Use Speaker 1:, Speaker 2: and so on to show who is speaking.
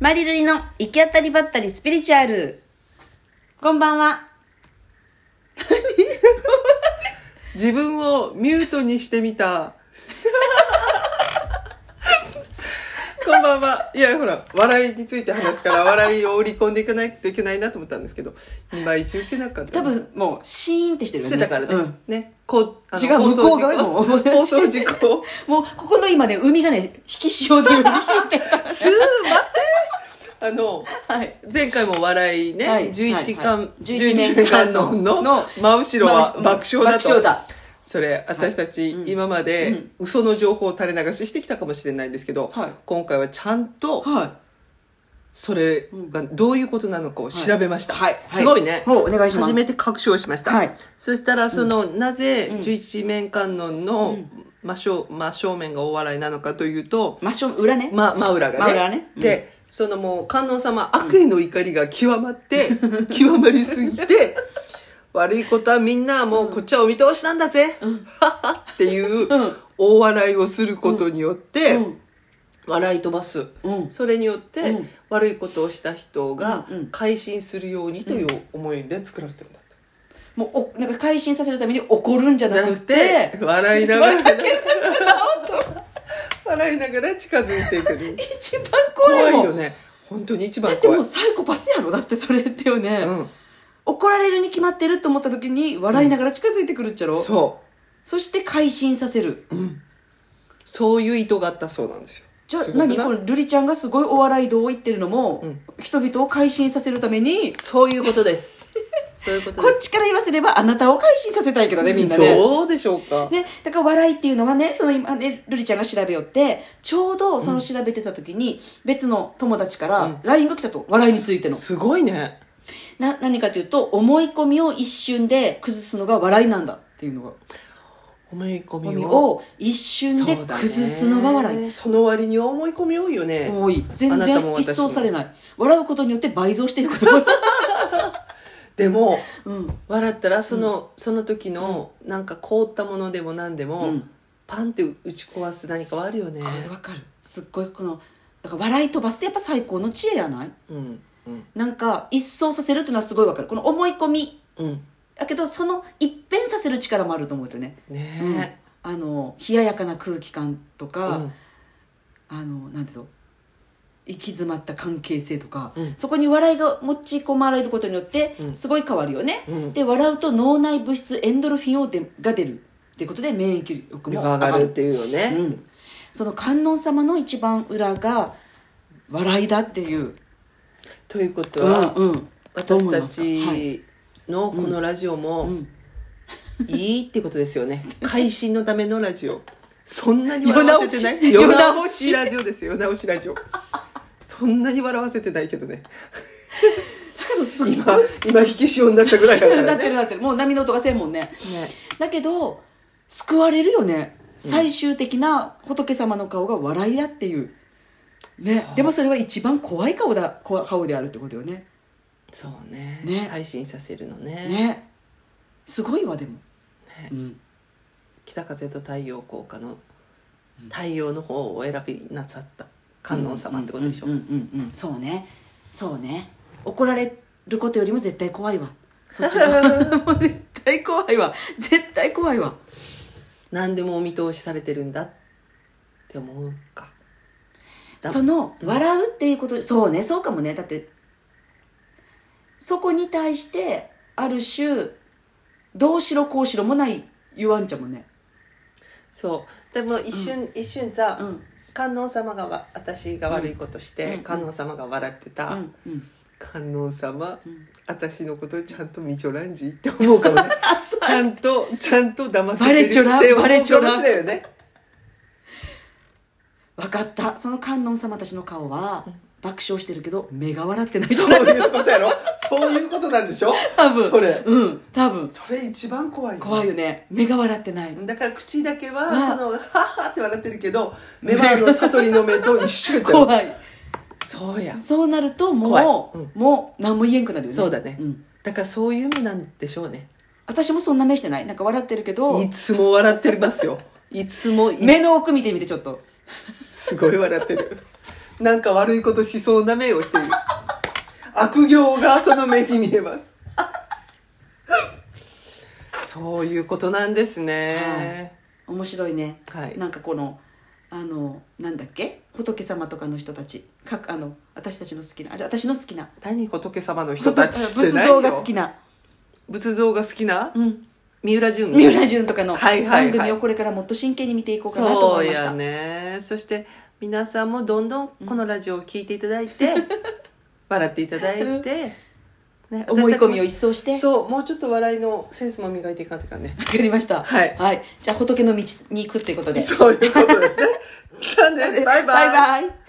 Speaker 1: マリルリの行き当たりばったりスピリチュアル。こんばんは。
Speaker 2: 自分をミュートにしてみた。 こんばんは。いや、ほら、笑いについて話すから、笑いを織り込んでいかないといけないなと思ったんですけど、いまいち受けなかった。
Speaker 1: 多、分もうシーンってしてるよ
Speaker 2: し
Speaker 1: ね。
Speaker 2: てたからね。
Speaker 1: うん
Speaker 2: ね。こう、
Speaker 1: 違う
Speaker 2: 放送
Speaker 1: 向こう側にも
Speaker 2: 事故放送事故。
Speaker 1: もうここの今ね、海がね、引き潮で引きって。
Speaker 2: すー、待って。あの、
Speaker 1: はい。
Speaker 2: 前回も笑いね、
Speaker 1: はい
Speaker 2: 11巻、
Speaker 1: はいはい
Speaker 2: 11年間のの
Speaker 1: の
Speaker 2: 真後ろは
Speaker 1: 真後
Speaker 2: 爆笑だと
Speaker 1: 爆笑だ
Speaker 2: それ私たち今まで嘘の情報を垂れ流ししてきたかもしれないんですけど、
Speaker 1: はい
Speaker 2: 今回はちゃんと
Speaker 1: は
Speaker 2: それがどういうことなのかを調べました、
Speaker 1: はいはい
Speaker 2: すごいね、
Speaker 1: もうお願いします
Speaker 2: 初めて確証しました、
Speaker 1: はい
Speaker 2: そしたらその、なぜ11面観音の真正真正面がお笑いなのかというと、
Speaker 1: い。真正面、裏ね。
Speaker 2: ま、真裏がね
Speaker 1: 真裏ねうん
Speaker 2: で、そのもう観音様悪意の怒りが極まって、極まりすぎ て悪いことはみんなもうこっちはお見通しなんだぜ、ははっていう大笑いをすることによって、
Speaker 1: うん
Speaker 2: 笑い飛ばす、
Speaker 1: うん
Speaker 2: それによって、
Speaker 1: うん
Speaker 2: 悪いことをした人が
Speaker 1: うんうん
Speaker 2: 改心するようにという思いで作られてるんだって。
Speaker 1: もうお、なんか改心させるために怒るんじゃ
Speaker 2: じゃ
Speaker 1: な
Speaker 2: な
Speaker 1: く
Speaker 2: くて
Speaker 1: て、
Speaker 2: 笑いながら笑いながら近づいていく
Speaker 1: 一番怖
Speaker 2: 怖
Speaker 1: い
Speaker 2: い
Speaker 1: もん。
Speaker 2: よね本当に一
Speaker 1: だ
Speaker 2: 番
Speaker 1: って
Speaker 2: 怖い
Speaker 1: もうサイコパスやろだってそれってよね、
Speaker 2: うん
Speaker 1: 怒られるに決まってると思った時に笑いながら近づいてくるっちゃろ、そ
Speaker 2: そう
Speaker 1: して改心させる、
Speaker 2: そういう意図があったそうなんですよ。
Speaker 1: じゃあ
Speaker 2: すごくな
Speaker 1: 何この瑠璃ちゃんがすごいお笑い道を言ってるのも、人々を改心させるために
Speaker 2: そういうことです。 そういうこと
Speaker 1: こっちから言わせればあなたを改心させたいけどねみんなね
Speaker 2: そうでしょうか。
Speaker 1: ね、だから笑いっていうのはねその今ね瑠璃ちゃんが調べよってちょうどその調べてた時に別の友達から LINE が来たと、笑いについての
Speaker 2: すごいね。
Speaker 1: な何かというと思い込みを一瞬で崩すのが笑いなんだっていうのが
Speaker 2: 思い込
Speaker 1: 思い
Speaker 2: み
Speaker 1: 込み
Speaker 2: を。
Speaker 1: を一瞬
Speaker 2: そう
Speaker 1: で
Speaker 2: だね
Speaker 1: 崩すのが笑い
Speaker 2: その割には思い込み多いよね。
Speaker 1: 多い全
Speaker 2: あなた
Speaker 1: 然
Speaker 2: も
Speaker 1: 一
Speaker 2: 私も
Speaker 1: 掃されない笑うことによって倍増していることが
Speaker 2: でも、
Speaker 1: うん
Speaker 2: 笑ったらその、その時の、なんか凍ったものでも何でも、
Speaker 1: うん
Speaker 2: パンって打ち壊す何かはあるよね
Speaker 1: こ。れわかるすっごいこのだから笑い飛ばすってやっぱ最高の知恵やない
Speaker 2: うん。うん。
Speaker 1: なんか一掃させるっていうのはすごいわかるこの思い込み
Speaker 2: うん。
Speaker 1: だけどその一変させる力もあると思うとね、
Speaker 2: ね
Speaker 1: うんあの冷ややかな空気感と
Speaker 2: え。
Speaker 1: か、あのなんていうの行き詰まった関係性とか、
Speaker 2: うん
Speaker 1: そこに笑いが持ち込まれることによって
Speaker 2: うん
Speaker 1: すごい変わるよね、
Speaker 2: うん
Speaker 1: で笑うと脳内物質エンドルフィンをでが出るっていうことで免疫力も
Speaker 2: が上がるっていうよね。
Speaker 1: うん、その観音様の一番裏が笑いだっていう、
Speaker 2: ということ
Speaker 1: う
Speaker 2: は、
Speaker 1: んうん、
Speaker 2: 私た
Speaker 1: はい
Speaker 2: ちのこのラジオも
Speaker 1: ん
Speaker 2: いいってことですよね 会心のためのラジオそんなに
Speaker 1: 世
Speaker 2: 笑
Speaker 1: 直
Speaker 2: わ
Speaker 1: し
Speaker 2: せてない
Speaker 1: 世
Speaker 2: 世
Speaker 1: 直し
Speaker 2: 直しラジオですよ世直しラジオそんなに笑わせてないけどね
Speaker 1: だけどすごい
Speaker 2: 今今引き潮になったぐらいだか
Speaker 1: な
Speaker 2: ら
Speaker 1: っ
Speaker 2: ね
Speaker 1: てるなってるもう波の音がせんもんね
Speaker 2: ね
Speaker 1: だけど救われるよね最終的な仏様の顔が笑いだっていう、ね、でもそれは一番怖い顔だ怖顔であるってことよね
Speaker 2: そうね
Speaker 1: ね
Speaker 2: 会心させるのね
Speaker 1: ねすごいわでも、
Speaker 2: ね
Speaker 1: うん、
Speaker 2: 北風と太陽効果の太陽の方をお選びなさった観音様ってことでしょ
Speaker 1: うんうんうんうんそうねそうね怒られることよりも絶対怖いわそっちが もう絶対怖いわ絶対怖いわ
Speaker 2: 何でもお見通しされてるんだって思うかだ
Speaker 1: その笑うっていうこと、そうねそうかもねだってそこに対してある種どうしろこうしろもない言わんちゃもんね
Speaker 2: そうでも一瞬、一瞬さ、
Speaker 1: うん
Speaker 2: 観音様がわ私が悪いことして、
Speaker 1: うん
Speaker 2: 観音様が笑ってた、
Speaker 1: うんうん
Speaker 2: 観音様、私のことちゃんとみちょらんじって思 うかもねちゃんとちゃんと騙
Speaker 1: バ
Speaker 2: せて
Speaker 1: レ
Speaker 2: る
Speaker 1: ちょらん
Speaker 2: って思う
Speaker 1: バレちょらん
Speaker 2: かもしれないよね
Speaker 1: 分かったその観音様たちの顔は爆笑してるけど目が笑ってない
Speaker 2: そういうことやろそういうことなんでしょ
Speaker 1: 多分
Speaker 2: それ
Speaker 1: うん多分
Speaker 2: それ一番怖いよね
Speaker 1: 怖いよね目が笑ってない
Speaker 2: だから口だけは
Speaker 1: あ
Speaker 2: その「はっは」って笑ってるけど目はあの悟りの目と一緒じゃん
Speaker 1: 怖い
Speaker 2: そうや
Speaker 1: そうなるとも
Speaker 2: 怖
Speaker 1: う
Speaker 2: いうん
Speaker 1: もう何も言えんくなるよね
Speaker 2: そうだね、
Speaker 1: ん
Speaker 2: だからそういう意味なんでしょうね
Speaker 1: 私もそんな目してないなんか笑ってるけど
Speaker 2: いつも笑ってますよ。いつもい
Speaker 1: 目の奥見てみてちょっと
Speaker 2: すごい笑ってる。なんか悪いことしそうな目をしている悪行がその目に見えますそういうことなんですね、
Speaker 1: 面白いね、
Speaker 2: はい
Speaker 1: なんかこのあのなんだっけ仏様とかの人たちかあの私たちの好きなあれ私の好きな
Speaker 2: 何仏様の人たちって
Speaker 1: 仏
Speaker 2: 何
Speaker 1: 像
Speaker 2: よ
Speaker 1: が好きな、
Speaker 2: 仏像が好きな、
Speaker 1: うん、
Speaker 2: 三浦純
Speaker 1: 三浦淳とかの
Speaker 2: はいはい
Speaker 1: 番
Speaker 2: はい
Speaker 1: 組をこれからもっと真剣に見ていこうかなと
Speaker 2: そ
Speaker 1: 思
Speaker 2: う
Speaker 1: いました
Speaker 2: やねそして皆さんもどんどんこのラジオを聞いていただ いて、笑っていただいて、ね
Speaker 1: 思い込みを一掃してわ
Speaker 2: そうもうちょっと笑いのセンスも磨いていかんというか ね
Speaker 1: かりました
Speaker 2: はい
Speaker 1: じゃあ仏の道に行くってことで
Speaker 2: そういうことですねじゃあねバイバイ
Speaker 1: バイバイ